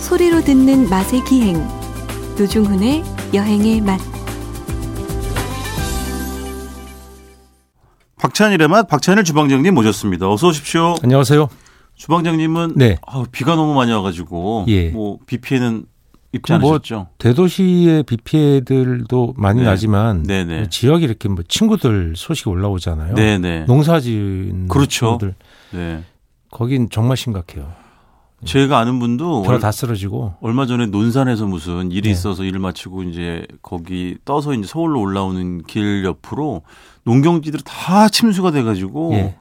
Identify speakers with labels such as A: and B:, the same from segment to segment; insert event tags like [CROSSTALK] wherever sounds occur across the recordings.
A: 소리로 듣는 맛의 기행 노중훈의 여행의 맛
B: 박찬일의 맛 박찬일 주방장님 모셨습니다. 어서 오십시오.
C: 안녕하세요.
B: 주방장님은
C: 네.
B: 아우, 비가 너무 많이 와가지고
C: 예.
B: 뭐비 피해는 입지
C: 뭐
B: 않으셨죠?
C: 대도시의 비 피해들도 많이
B: 네.
C: 나지만
B: 네네.
C: 지역 이렇게 뭐 친구들 소식이 올라오잖아요.
B: 네네.
C: 농사지은
B: 그렇죠.
C: 친구들
B: 네.
C: 거긴 정말 심각해요.
B: 제가 아는 분도
C: 벼
B: 얼,
C: 다 쓰러지고
B: 얼마 전에 논산에서 무슨 일이
C: 네.
B: 있어서 일을 마치고 이제 거기 떠서 이제 서울로 올라오는 길 옆으로 농경지들이 다 침수가 돼가지고
C: 예.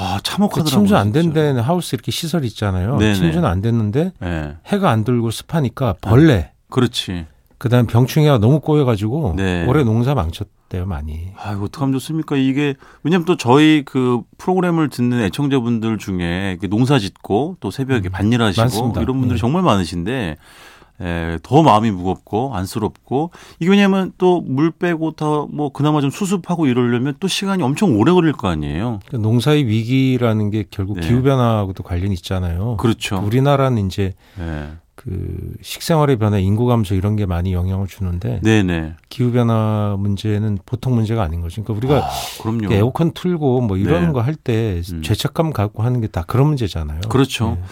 B: 아
C: 그
B: 참혹하더라고요.
C: 침수 안 된
B: 진짜.
C: 데는 하우스 이렇게 시설 있잖아요.
B: 네네.
C: 침수는 안 됐는데
B: 예.
C: 해가 안 들고 습하니까 벌레
B: 그렇지.
C: 그다음 병충해가 너무 꼬여가지고
B: 네.
C: 올해 농사 망쳤대요 많이.
B: 아, 이거 어떡하면 좋습니까? 이게, 왜냐면 또 저희 그 프로그램을 듣는 애청자분들 중에 이렇게 농사 짓고 또 새벽에
C: 음,
B: 밭일하시고
C: 많습니다.
B: 이런 분들이
C: 네.
B: 정말 많으신데, 에, 더 마음이 무겁고 안쓰럽고, 이게 왜냐면 또 물 빼고 다 뭐 그나마 좀 수습하고 이러려면 또 시간이 엄청 오래 걸릴 거 아니에요?
C: 그러니까 농사의 위기라는 게 결국
B: 네.
C: 기후 변화하고도 관련이 있잖아요.
B: 그렇죠.
C: 우리나라는 이제
B: 네.
C: 그 식생활의 변화, 인구 감소 이런 게 많이 영향을 주는데
B: 네네.
C: 기후 변화 문제는 보통 문제가 아닌 거죠. 그러니까 우리가
B: 아, 그럼요.
C: 에어컨 틀고 뭐 이런
B: 네.
C: 거 할 때
B: 음.
C: 죄책감 갖고 하는 게 다 그런 문제잖아요.
B: 그렇죠.
C: 네.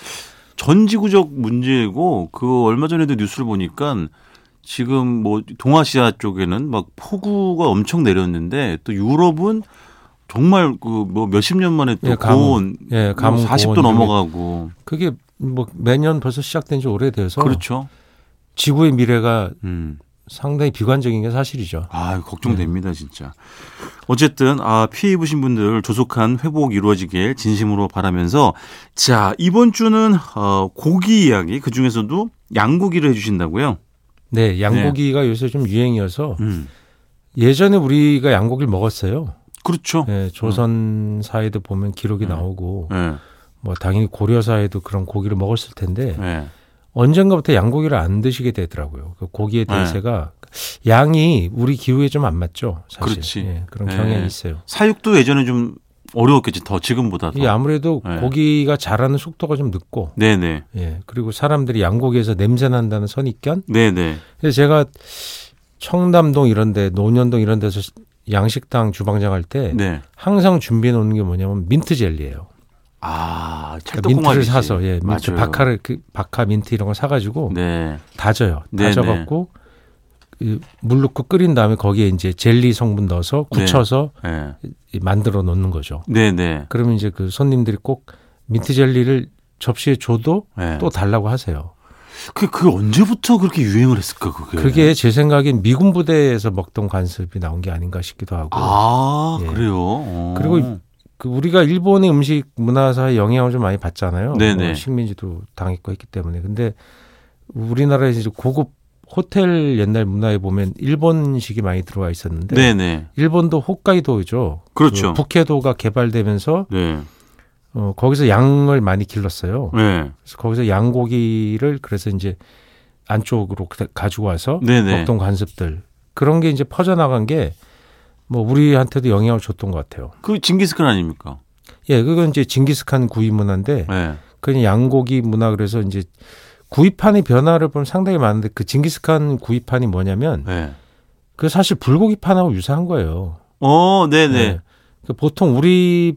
B: 전 지구적 문제고 그 얼마 전에도 뉴스를 보니까 지금 뭐 동아시아 쪽에는 막 폭우가 엄청 내렸는데 또 유럽은 정말 그 뭐 몇십 년 만에 또
C: 예, 가뭄.
B: 고온
C: 예, 예,
B: 뭐
C: 가뭄,
B: 40도
C: 고온 이런
B: 넘어가고
C: 게- 그게 뭐 매년 벌써 시작된 지 오래돼서
B: 그렇죠.
C: 지구의 미래가
B: 음.
C: 상당히 비관적인 게 사실이죠.
B: 아,
C: 네.
B: 걱정됩니다, 진짜. 어쨌든 아, 피해 입으신 분들 조속한 회복 이루어지길 진심으로 바라면서 자, 이번 주는 어, 고기 이야기 그중에서도 양고기를 해 주신다고요?
C: 네, 양고기가 요새 좀 유행이어서
B: 음.
C: 예전에 우리가 양고기를 먹었어요.
B: 그렇죠.
C: 예, 조선사에도 보면 기록이
B: 음.
C: 나오고
B: 예.
C: 뭐 당연히 고려사에도 그런 고기를 먹었을 텐데
B: 예.
C: 언젠가부터 양고기를 안 드시게 되더라고요. 그 고기의
B: 네.
C: 대세가 양이 우리 기후에 좀 안 맞죠. 사실.
B: 그렇지.
C: 예, 그런
B: 네.
C: 경향이 있어요.
B: 사육도 예전에 좀 어려웠겠지 더 지금보다
C: 이게
B: 더.
C: 아무래도
B: 네.
C: 고기가 자라는 속도가 좀 늦고,
B: 네네
C: 예, 그리고 사람들이 양고기에서 냄새 난다는 선입견.
B: 네네
C: 그래서 제가 청담동 이런데, 논현동 이런 데서 양식당 주방장 할 때
B: 네.
C: 항상 준비해 놓는 게 뭐냐면 민트 젤리예요.
B: 아
C: 그러니까
B: 찰떡궁합이지.
C: 민트를 사서 예, 민트
B: 맞아요.
C: 박하를 그 박하 민트 이런 거 사가지고
B: 네.
C: 다져요.
B: 네,
C: 다져갖고 이~ 물 넣고 끓인 다음에 거기에 이제 젤리 성분 넣어서 굳혀서
B: 네.
C: 이~ 만들어 놓는 거죠.
B: 네네.
C: 그러면 이제 그 손님들이 꼭 민트 젤리를 접시에 줘도
B: 네.
C: 또 달라고 하세요.
B: 그, 그 언제부터 그렇게 유행을 했을까 그게.
C: 그게 제 생각엔 미군 부대에서 먹던 관습이 나온 게 아닌가 싶기도 하고.
B: 아
C: 예.
B: 그래요. 어.
C: 그리고 그 우리가 일본의 음식 문화사에 영향을 좀 많이 받잖아요.
B: 네네.
C: 뭐 식민지도 당했고 했기 때문에. 근데 우리나라에서 이제 고급 호텔 옛날 문화에 보면 일본식이 많이 들어와 있었는데
B: 네네
C: 일본도 홋카이도죠.
B: 그렇죠.
C: 그 북해도가 개발되면서
B: 네.
C: 어, 거기서 양을 많이 길렀어요.
B: 네.
C: 그래서 거기서 양고기를 그래서 이제 안쪽으로 그 가- 가지고 와서
B: 네네.
C: 먹던 관습들 그런 게 이제 퍼져나간 게 뭐 우리한테도 영향을 줬던 것 같아요.
B: 그 징기스칸 아닙니까?
C: 예, 그건 이제 징기스칸 구이 문화인데
B: 네.
C: 그냥 양고기 문화 그래서 이제 구이판의 변화를 보면 상당히 많은데 그 징기스칸 구이판이 뭐냐면
B: 네.
C: 그 사실 불고기판하고 유사한 거예요.
B: 어 네네.
C: 예. 그 보통 우리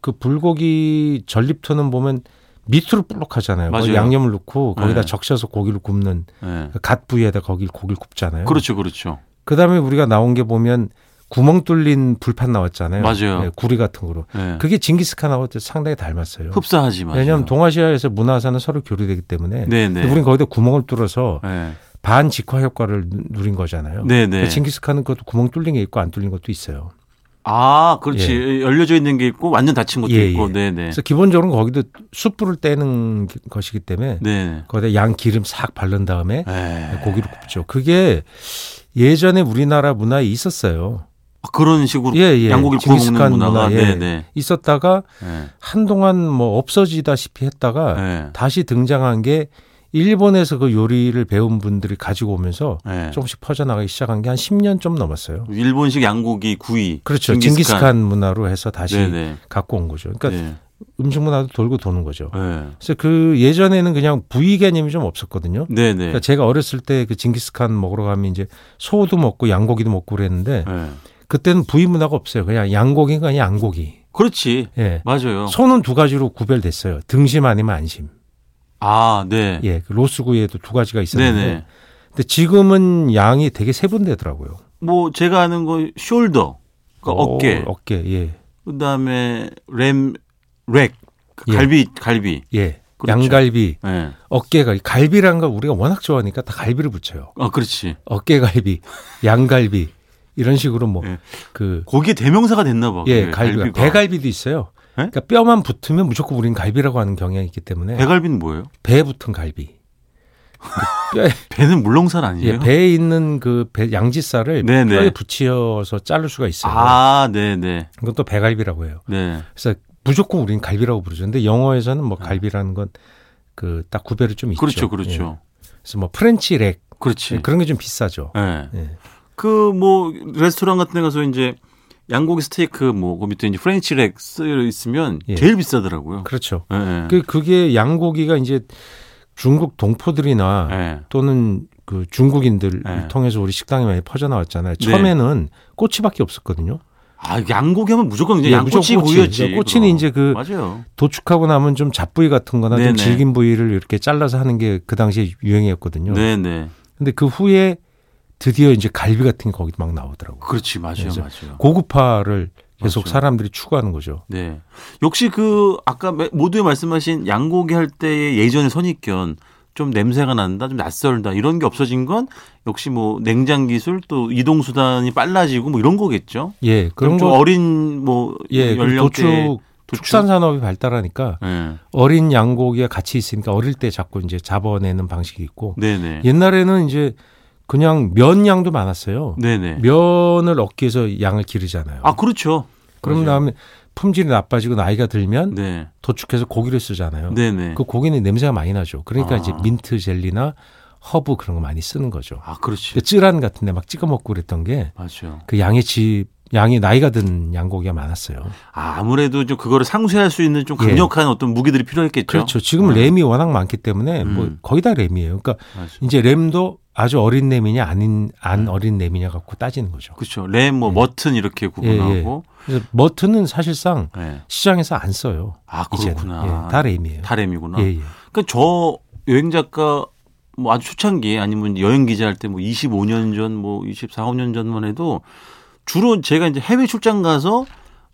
C: 그 불고기 전립토는 보면 밑으로 볼록하잖아요. 거기
B: 맞아요.
C: 양념을 넣고 거기다
B: 네.
C: 적셔서 고기를 굽는 그
B: 네.
C: 갓 부위에다 거기 고기를 굽잖아요.
B: 그렇죠 그렇죠.
C: 다음에 우리가 나온 게 보면 구멍 뚫린 불판 나왔잖아요.
B: 맞아요.
C: 예, 구리 같은 거로.
B: 네.
C: 그게 징기스칸하고 상당히 닮았어요.
B: 흡사하지만.
C: 왜냐하면 동아시아에서 문화사는 서로 교류되기 때문에
B: 네네.
C: 우리는 거기다 구멍을 뚫어서
B: 네.
C: 반 직화 효과를 누- 누린 거잖아요.
B: 네네.
C: 징기스칸은 그것도 구멍 뚫린 게 있고 안 뚫린 것도 있어요.
B: 아, 그렇지. 열려져 있는 게 있고 완전 닫힌 것도
C: 예,
B: 있고.
C: 예.
B: 네, 네.
C: 그래서 기본적으로 거기도 숯불을 떼는 기- 것이기 때문에
B: 네. 아, 예.
C: 거기다 양 기름 싹 바른 다음에
B: 에.
C: 고기를 굽죠. 그게 예전에 우리나라 문화에 있었어요.
B: 그런 식으로
C: 예, 예.
B: 양고기를 구워 먹는
C: 징기스칸
B: 문화가
C: 문화, 예.
B: 네, 네.
C: 있었다가
B: 네.
C: 한동안 뭐 없어지다시피 했다가
B: 네.
C: 다시 등장한 게 일본에서 그 요리를 배운 분들이 가지고 오면서
B: 네.
C: 조금씩 퍼져나가기 시작한 게 한 10년 좀 넘었어요.
B: 일본식 양고기 구이.
C: 그렇죠. 징기스칸 문화로 해서 다시
B: 네, 네.
C: 갖고 온 거죠. 그러니까
B: 네.
C: 음식 문화도 돌고 도는 거죠.
B: 네.
C: 그래서 그 예전에는 그냥 부위개념이 좀 없었거든요.
B: 네,
C: 그러니까
B: 네.
C: 제가 어렸을 때 그 징기스칸 먹으러 가면 이제 소도 먹고 양고기도 먹고 그랬는데
B: 네.
C: 그때는 부위 문화가 없어요. 그냥 양고기가 아니라 양고기.
B: 그렇지.
C: 예.
B: 맞아요.
C: 소는 두 가지로 구별됐어요. 등심 아니면 안심.
B: 아, 네.
C: 예. 그 로스구이에도 두 가지가
B: 네,
C: 있었는데
B: 네.
C: 근데 지금은 양이 되게 세분되더라고요.
B: 뭐 제가 아는 거 숄더. 그러니까
C: 어,
B: 어깨.
C: 어깨, 예,
B: 그다음에 램 렉. 그
C: 예.
B: 갈비 갈비.
C: 예.
B: 그렇죠.
C: 양갈비,
B: 예.
C: 어깨가 갈비란 걸 우리가 워낙 좋아하니까 다 갈비를 붙여요.
B: 아, 그렇지.
C: 어깨갈비, 양갈비 이런 식으로
B: 예.
C: 뭐 그
B: 거기에 대명사가 됐나 봐.
C: 예,
B: 그게,
C: 갈비가
B: 갈비가. 예?
C: 배갈비도 있어요. 그러니까 뼈만 붙으면 무조건 우린 갈비라고 하는 경향이 있기 때문에
B: 배갈비는 뭐예요?
C: 배에 붙은 갈비. 그 뼈에
B: 배는 물렁살 [LAUGHS] 아니에요?
C: 예, 배에 있는 그 배, 양지살을
B: 네네.
C: 뼈에 붙여서 자를 수가 있어요.
B: 아, 네, 네.
C: 이건 또 배갈비라고 해요.
B: 네.
C: 그래서 무조건 우린 갈비라고 부르죠. 근데 영어에서는 뭐
B: 네.
C: 갈비라는 건 그 딱 구별이 좀 있죠.
B: 그렇죠.
C: 예.
B: 그렇죠.
C: 그래서 뭐 프렌치 렉
B: 그렇지.
C: 예, 그런 게 좀 비싸죠.
B: 예.
C: 예.
B: 그 뭐 레스토랑 같은 데 가서 이제 양고기 스테이크 뭐 그 밑에 이제 프렌치 렉 쓰여 있으면
C: 예.
B: 제일 비싸더라고요.
C: 그렇죠.
B: 예, 예.
C: 그 그게 양고기가 이제 중국 동포들이나
B: 예.
C: 또는 그 중국인들을
B: 네.
C: 통해서 우리 식당에 많이 퍼져나왔잖아요.
B: 네.
C: 처음에는 꼬치밖에 없었거든요.
B: 아, 양고기 하면 무조건 이제
C: 예,
B: 양꼬치
C: 무조건 꼬치.
B: 고기였지.
C: 그러니까 꼬치는
B: 그럼.
C: 이제 그
B: 맞아요.
C: 도축하고 나면 좀 잡부위 같은 거나
B: 네네.
C: 좀 질긴 부위를 이렇게 잘라서 하는 게 그 당시에 유행이었거든요.
B: 네, 네.
C: 근데 그 후에 드디어 이제 갈비 같은 게 거기 막 나오더라고요.
B: 그렇지. 맞아요.
C: 그래서
B: 맞아요.
C: 고급화를 계속
B: 맞죠.
C: 사람들이 추구하는 거죠.
B: 네. 역시 그 아까 매- 모두에 말씀하신 양고기 할 때의 예전의 선입견 좀 냄새가 난다, 좀 낯설다 이런 게 없어진 건 역시 뭐 냉장 기술 또 이동 수단이 빨라지고 뭐 이런 거겠죠.
C: 예,
B: 그런
C: 그런
B: 좀
C: 거.
B: 어린 뭐
C: 예, 그리고
B: 연령대
C: 도축, 축산 산업이 발달하니까
B: 네.
C: 어린 양고기가 같이 있으니까 어릴 때 자꾸 이제 잡아내는 방식이 있고
B: 네네.
C: 옛날에는 이제 그냥 면 양도 많았어요.
B: 네네.
C: 면을 얻기 위해서 양을 기르잖아요.
B: 아 그렇죠.
C: 그럼
B: 맞아요.
C: 다음에 품질이 나빠지고 나이가 들면
B: 네.
C: 도축해서 고기를 쓰잖아요.
B: 네네.
C: 그 고기는 냄새가 많이 나죠. 그러니까
B: 아.
C: 이제 민트 젤리나 허브 그런 거 많이 쓰는 거죠.
B: 아 그렇지.
C: 그 쯔란 같은데 막 찍어 먹고 그랬던 게 그
B: 맞아요.
C: 양의 집 양이 나이가 든 양고기가 많았어요.
B: 아, 아무래도 좀 그거를 상쇄할 수 있는 좀
C: 예.
B: 강력한 어떤 무기들이 필요했겠죠.
C: 그렇죠. 지금
B: 음.
C: 램이 워낙 많기 때문에 뭐
B: 음.
C: 거의 다 램이에요. 그러니까
B: 맞아요.
C: 이제 램도 아주 어린 램이냐 아닌 안 어린 램이냐 갖고 따지는 거죠.
B: 음. 그렇죠. 램, 뭐
C: 예.
B: 머튼 이렇게 구분하고.
C: 그래서 머트는 사실상
B: 예.
C: 시장에서 안 써요.
B: 아
C: 이제는.
B: 그렇구나.
C: 예, 다 램이에요.
B: 다 램이구나.
C: 예, 예.
B: 그러니까 저 여행 작가 뭐 아주 초창기 아니면 여행 기자 할 때 뭐 25년 전 뭐 24, 5년 전만 해도 주로 제가 이제 해외 출장 가서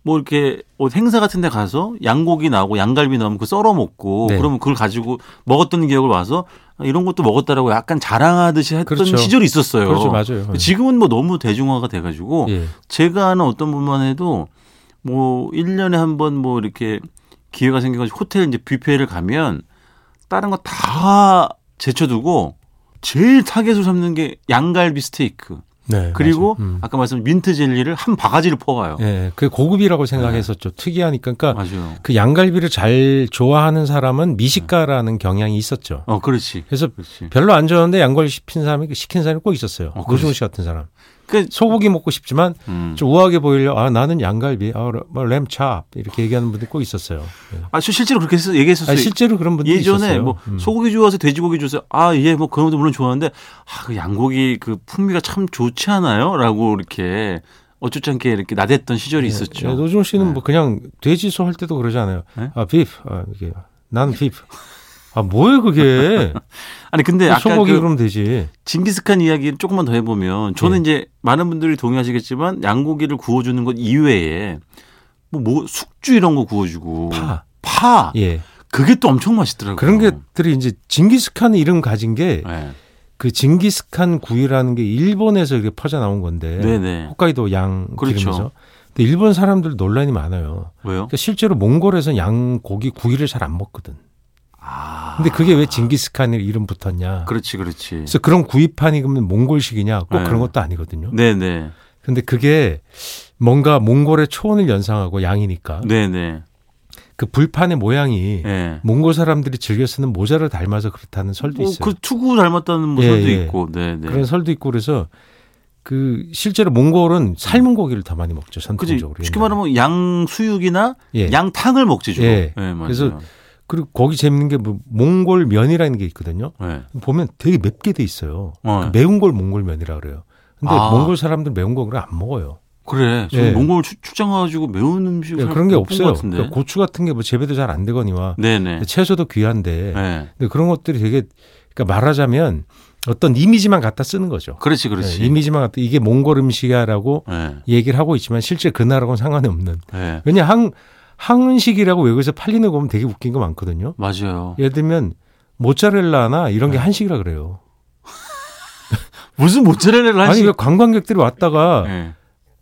B: 뭐 이렇게 뭐 행사 같은 데 가서 양고기 나오고 양갈비 나오면 그 썰어 먹고
C: 네.
B: 그러면 그걸 가지고 먹었던 기억을 와서 아, 이런 것도 먹었다라고 약간 자랑하듯이 했던
C: 그렇죠.
B: 시절이 네, 있었어요.
C: 그렇죠, 맞아요. 예.
B: 지금은 뭐 너무 대중화가 돼 가지고
C: 예.
B: 제가 아는 어떤 분만 해도 뭐 1년에 한 번 뭐 이렇게 기회가 생겨가지고 호텔 이제 뷔페를 가면 다른 거 다 제쳐두고 제일 타겟으로 삼는 게 양갈비 스테이크
C: 네,
B: 그리고
C: 맞아요. 음.
B: 아까 말씀 민트 젤리를 한 바가지를 퍼와요.
C: 예, 그게 고급이라고 생각했었죠. 특이하니까 그러니까
B: 네. 맞아요.
C: 그 양갈비를 잘 좋아하는 사람은 미식가라는 경향이 있었죠.
B: 어 그렇지.
C: 그래서
B: 그렇지.
C: 별로 안 좋아하는데 양갈비 시킨 사람이 시킨 사람이 꼭 있었어요.
B: 어,
C: 노중훈 씨 같은 사람.
B: 그
C: 소고기 먹고 싶지만
B: 음.
C: 좀 우아하게 보이려 아 나는 양갈비 아 뭐 램찹 이렇게 얘기하는 분들이 꼭 있었어요. 예.
B: 아 실- 실제로 그렇게 해서 얘기했었어요.
C: 아니, 실제로 그런 분들이
B: 예전에
C: 있었어요.
B: 뭐
C: 음.
B: 소고기 좋아서 돼지고기 좋아서 아예뭐 그런 것도 물론 좋아하는데 아그 양고기 그 풍미가 참 좋지 않아요?라고 이렇게 어쩌지 않게 이렇게 나댔던 시절이 있었죠.
C: 예, 노종 씨는
B: 네.
C: 뭐 그냥 돼지소 할 때도 그러잖아요.
B: 네?
C: 아 비프 아 이게 나는 비프 아 뭐예요 그게
B: 아니 근데 [LAUGHS] 아까
C: 소고기
B: 그
C: 그러면 되지.
B: 징기스칸 이야기를 조금만 더 해보면 저는
C: 예.
B: 이제 많은 분들이 동의하시겠지만 양고기를 구워주는 것 이외에 뭐, 뭐 숙주 이런 거 구워주고
C: 파.
B: 파
C: 예.
B: 그게 또 엄청 맛있더라고요.
C: 그런 것들이 이제 징기스칸 이름 가진 게 그
B: 어. 네.
C: 징기스칸 구이라는 게 일본에서 이렇게 퍼져 나온 건데
B: 네네
C: 홋카이도 양
B: 그렇죠.
C: 기름이죠. 근데 일본 사람들 논란이 많아요.
B: 왜요?
C: 그러니까 실제로 몽골에서는 양 고기 구이를 잘 안 먹거든.
B: 아
C: 근데 그게 왜 징기스칸 이름 붙었냐?
B: 그렇지 그렇지.
C: 그래서 그런 구이판이 그러면 몽골식이냐? 꼭
B: 네.
C: 그런 것도 아니거든요.
B: 네네
C: 근데 그게 뭔가 몽골의 초원을 연상하고 양이니까
B: 네네
C: 그 불판의 모양이
B: 예.
C: 몽골 사람들이 즐겨 쓰는 모자를 닮아서 그렇다는 설도
B: 뭐,
C: 있어요.
B: 그 투구 닮았다는 뭐
C: 예,
B: 설도
C: 예.
B: 있고, 네, 네.
C: 그런 설도 있고 그래서 그 실제로 몽골은 삶은 고기를 더 많이 먹죠
B: 그지
C: 전통적으로.
B: 쉽게
C: 옛날에.
B: 말하면 양수육이나
C: 예.
B: 양탕을 먹지 주로.
C: 예.
B: 맞아요.
C: 그래서 그리고 거기 재밌는 게 뭐 몽골 면이라는 게 있거든요.
B: 예.
C: 보면 되게 맵게 돼 있어요.
B: 어.
C: 그 매운 걸 몽골 면이라 그래요. 근데
B: 아.
C: 몽골 사람들 매운 거를 안 먹어요.
B: 그래. 저
C: 예.
B: 몽골 추- 출장 가지고 매운 음식
C: 그러니까 그런 게 없어요.
B: 같은데.
C: 그러니까 고추 같은 게 뭐 재배도 잘 안 되거니와
B: 네네.
C: 채소도 귀한데
B: 예.
C: 근데 그런 것들이 되게 그러니까 말하자면 어떤 이미지만 갖다 쓰는 거죠.
B: 그렇지 그렇지.
C: 네, 이미지만 갖다 이게 몽골 음식이야라고
B: 예.
C: 얘기를 하고 있지만 실제 그 나라하고는 상관이 없는.
B: 예.
C: 왜냐 한 한식이라고 외국에서 팔리는 거 보면 되게 웃긴 거 많거든요.
B: 맞아요.
C: 예를 들면 모짜렐라나 이런
B: 네.
C: 게 한식이라 그래요.
B: 무슨 모짜렐라
C: 예. 아니
B: 한식?
C: 왜 관광객들이 왔다가
B: 예.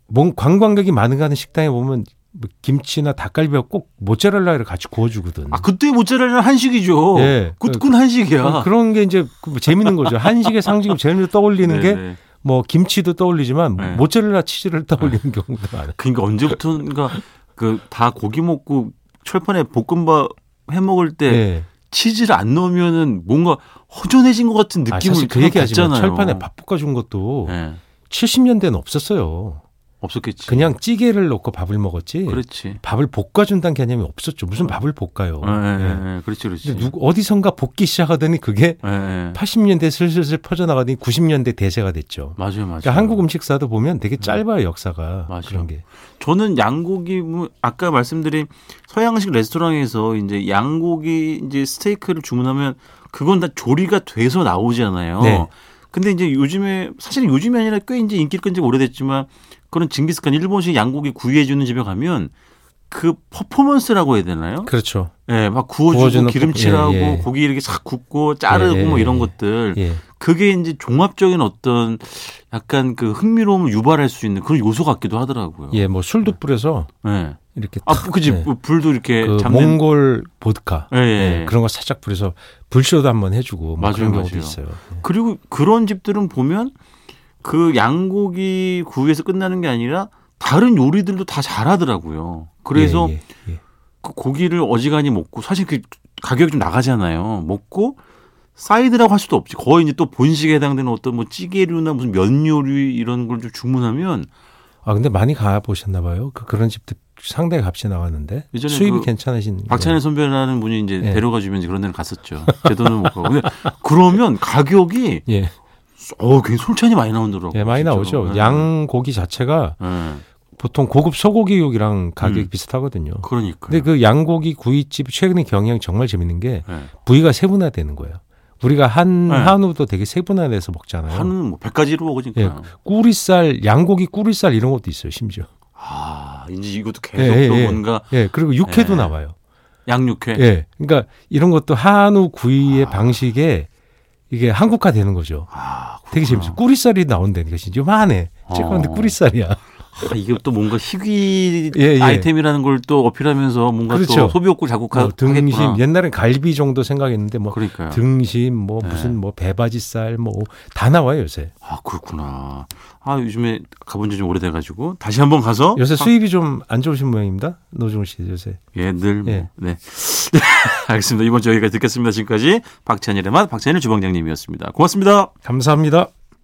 C: 뭔 관광객이 많은 가는 식당에 보면 뭐 김치나 닭갈비하고 꼭 모짜렐라를 같이 구워주거든.
B: 아 그때 모짜렐라 한식이죠.
C: 음. 예.
B: 그, 그건
C: 어,
B: 한식이야.
C: 그런 게 이제 그 재밌는 거죠. 한식의 상징을 제일 떠올리는 게
B: 네네.
C: 뭐 김치도 떠올리지만
B: 네.
C: 모짜렐라 치즈를 떠올리는 경우도 많아요.
B: 그러니까 언제부턴가 그 다 고기 먹고 철판에 볶음밥 해 먹을 때
C: 네.
B: 치즈를 안 넣으면은 뭔가 허전해진 것 같은
C: 아,
B: 느낌을
C: 사실 그 얘기 하지만
B: 받잖아요.
C: 철판에 밥 볶아준 것도
B: 예.
C: 70년대는 없었어요.
B: 없었겠지.
C: 그냥 찌개를 넣고 밥을 먹었지
B: 그렇지.
C: 밥을 볶아준다는 개념이 없었죠. 무슨 밥을 볶아요.
B: 예, 예,
C: 예.
B: 예, 그렇지, 그렇지.
C: 근데 누구 어디선가 볶기 시작하더니 그게
B: 예, 예.
C: 80년대 슬슬슬 퍼져나가더니 90년대 대세가 됐죠.
B: 맞아요, 맞아요. 네.
C: 그러니까 한국 음식사도 보면 되게 짧아요 역사가
B: 맞아요.
C: 그런 게.
B: 저는 양고기 뭐 아까 말씀드린 서양식 레스토랑에서 이제 양고기 이제 스테이크를 주문하면 그건 다 조리가 돼서 나오잖아요.
C: 네.
B: 근데 이제 요즘에 사실 요즘이 아니라 꽤 이제 인기 끈지 오래됐지만 그런 징기스칸 일본식 양고기 구이해 주는 집에 가면 그 퍼포먼스라고 해야 되나요?
C: 그렇죠.
B: 예, 막 구워주고
C: 구워주는
B: 기름칠하고
C: 퍼포- 예, 예.
B: 고기 이렇게 싹 굽고 자르고
C: 예, 예,
B: 뭐 이런
C: 예.
B: 것들
C: 예.
B: 그게 이제 종합적인 어떤 약간 그 흥미로움을 유발할 수 있는 그런 요소 같기도 하더라고요.
C: 예, 뭐 술도 뿌려서
B: 예.
C: 이렇게
B: 네. 아,
C: 탁,
B: 그지
C: 예.
B: 불도 이렇게
C: 그
B: 잡는.
C: 몽골 보드카
B: 예, 예.
C: 예, 그런 거 살짝 뿌려서 불쇼도 한번 해주고 뭐
B: 맞아요,
C: 그런 경우도
B: 맞아요.
C: 있어요.
B: 그리고 그런 집들은 보면 그 양고기 구이에서 끝나는 게 아니라 다른 요리들도 다 잘하더라고요. 그래서
C: 예, 예, 예.
B: 그 고기를 어지간히 먹고 사실 그 가격이 좀 나가잖아요. 먹고 사이드라고 할 수도 없지. 거의 이제 또 본식에 해당되는 어떤 뭐 찌개류나 무슨 면 요리 이런 걸 좀 주문하면
C: 아 근데 많이 가 보셨나 봐요. 그, 그런 집들 상당히 값이 나가는데
B: 예전에
C: 수입이
B: 그
C: 괜찮으신
B: 박찬일 선배라는 분이 이제
C: 네.
B: 데려가 주면 이제 그런 데는 갔었죠. 제 돈은 못 가고. 근데 그러면 가격이
C: 예, 예,
B: 어, 굉장히 솔찬이 많이 나오더라고요.
C: 많이
B: 진짜로.
C: 나오죠.
B: 네.
C: 양 고기 자체가
B: 예.
C: 보통 고급 소고기 육이랑 가격이
B: 음.
C: 비슷하거든요.
B: 그러니까.
C: 근데 그 양고기 구이집 최근의 경향 정말 재밌는 게
B: 예.
C: 부위가 세분화되는 거예요. 우리가 한
B: 네.
C: 한우도 되게 세분화돼서 먹잖아요.
B: 한우는 뭐 100가지로 먹으니까.
C: 네. 예. 꾸리살, 양고기 꾸리살 이런 것도 있어요. 심지어.
B: 아, 이제 이것도 계속
C: 예, 예,
B: 또
C: 예.
B: 뭔가
C: 예, 그리고 육회도
B: 예.
C: 나와요.
B: 양육회.
C: 예. 그러니까 이런 것도 한우 구이의
B: 아.
C: 방식에 이게 한국화 되는 거죠.
B: 아,
C: 되게
B: 그렇구나.
C: 재밌어요. 꾸리살이 나온다니까 진짜 요만해. 쬐깐데
B: 어.
C: 꾸리살이야.
B: 아, 이게 또 뭔가 희귀
C: 예, 예.
B: 아이템이라는 걸 또 어필하면서 뭔가 또
C: 그렇죠.
B: 소비욕구 자극하겠구나.
C: 뭐 등심 옛날엔 갈비 정도 생각했는데 뭐
B: 그러니까요.
C: 등심 뭐
B: 네.
C: 무슨 뭐 배바지살 뭐 다 나와요 요새.
B: 아, 그렇구나. 아, 요즘에 가본 지 좀 오래돼 가지고 어? 다시 한번 가서
C: 요새 수입이 좀 안 좋으신 모양입니다. 노종 씨 요새.
B: 예, 늘 뭐.
C: 예.
B: 네. [LAUGHS] 알겠습니다. 이번 주 여기까지 듣겠습니다. 지금까지 박찬일의 맛 박찬일 주방장님이었습니다. 고맙습니다.
C: 감사합니다.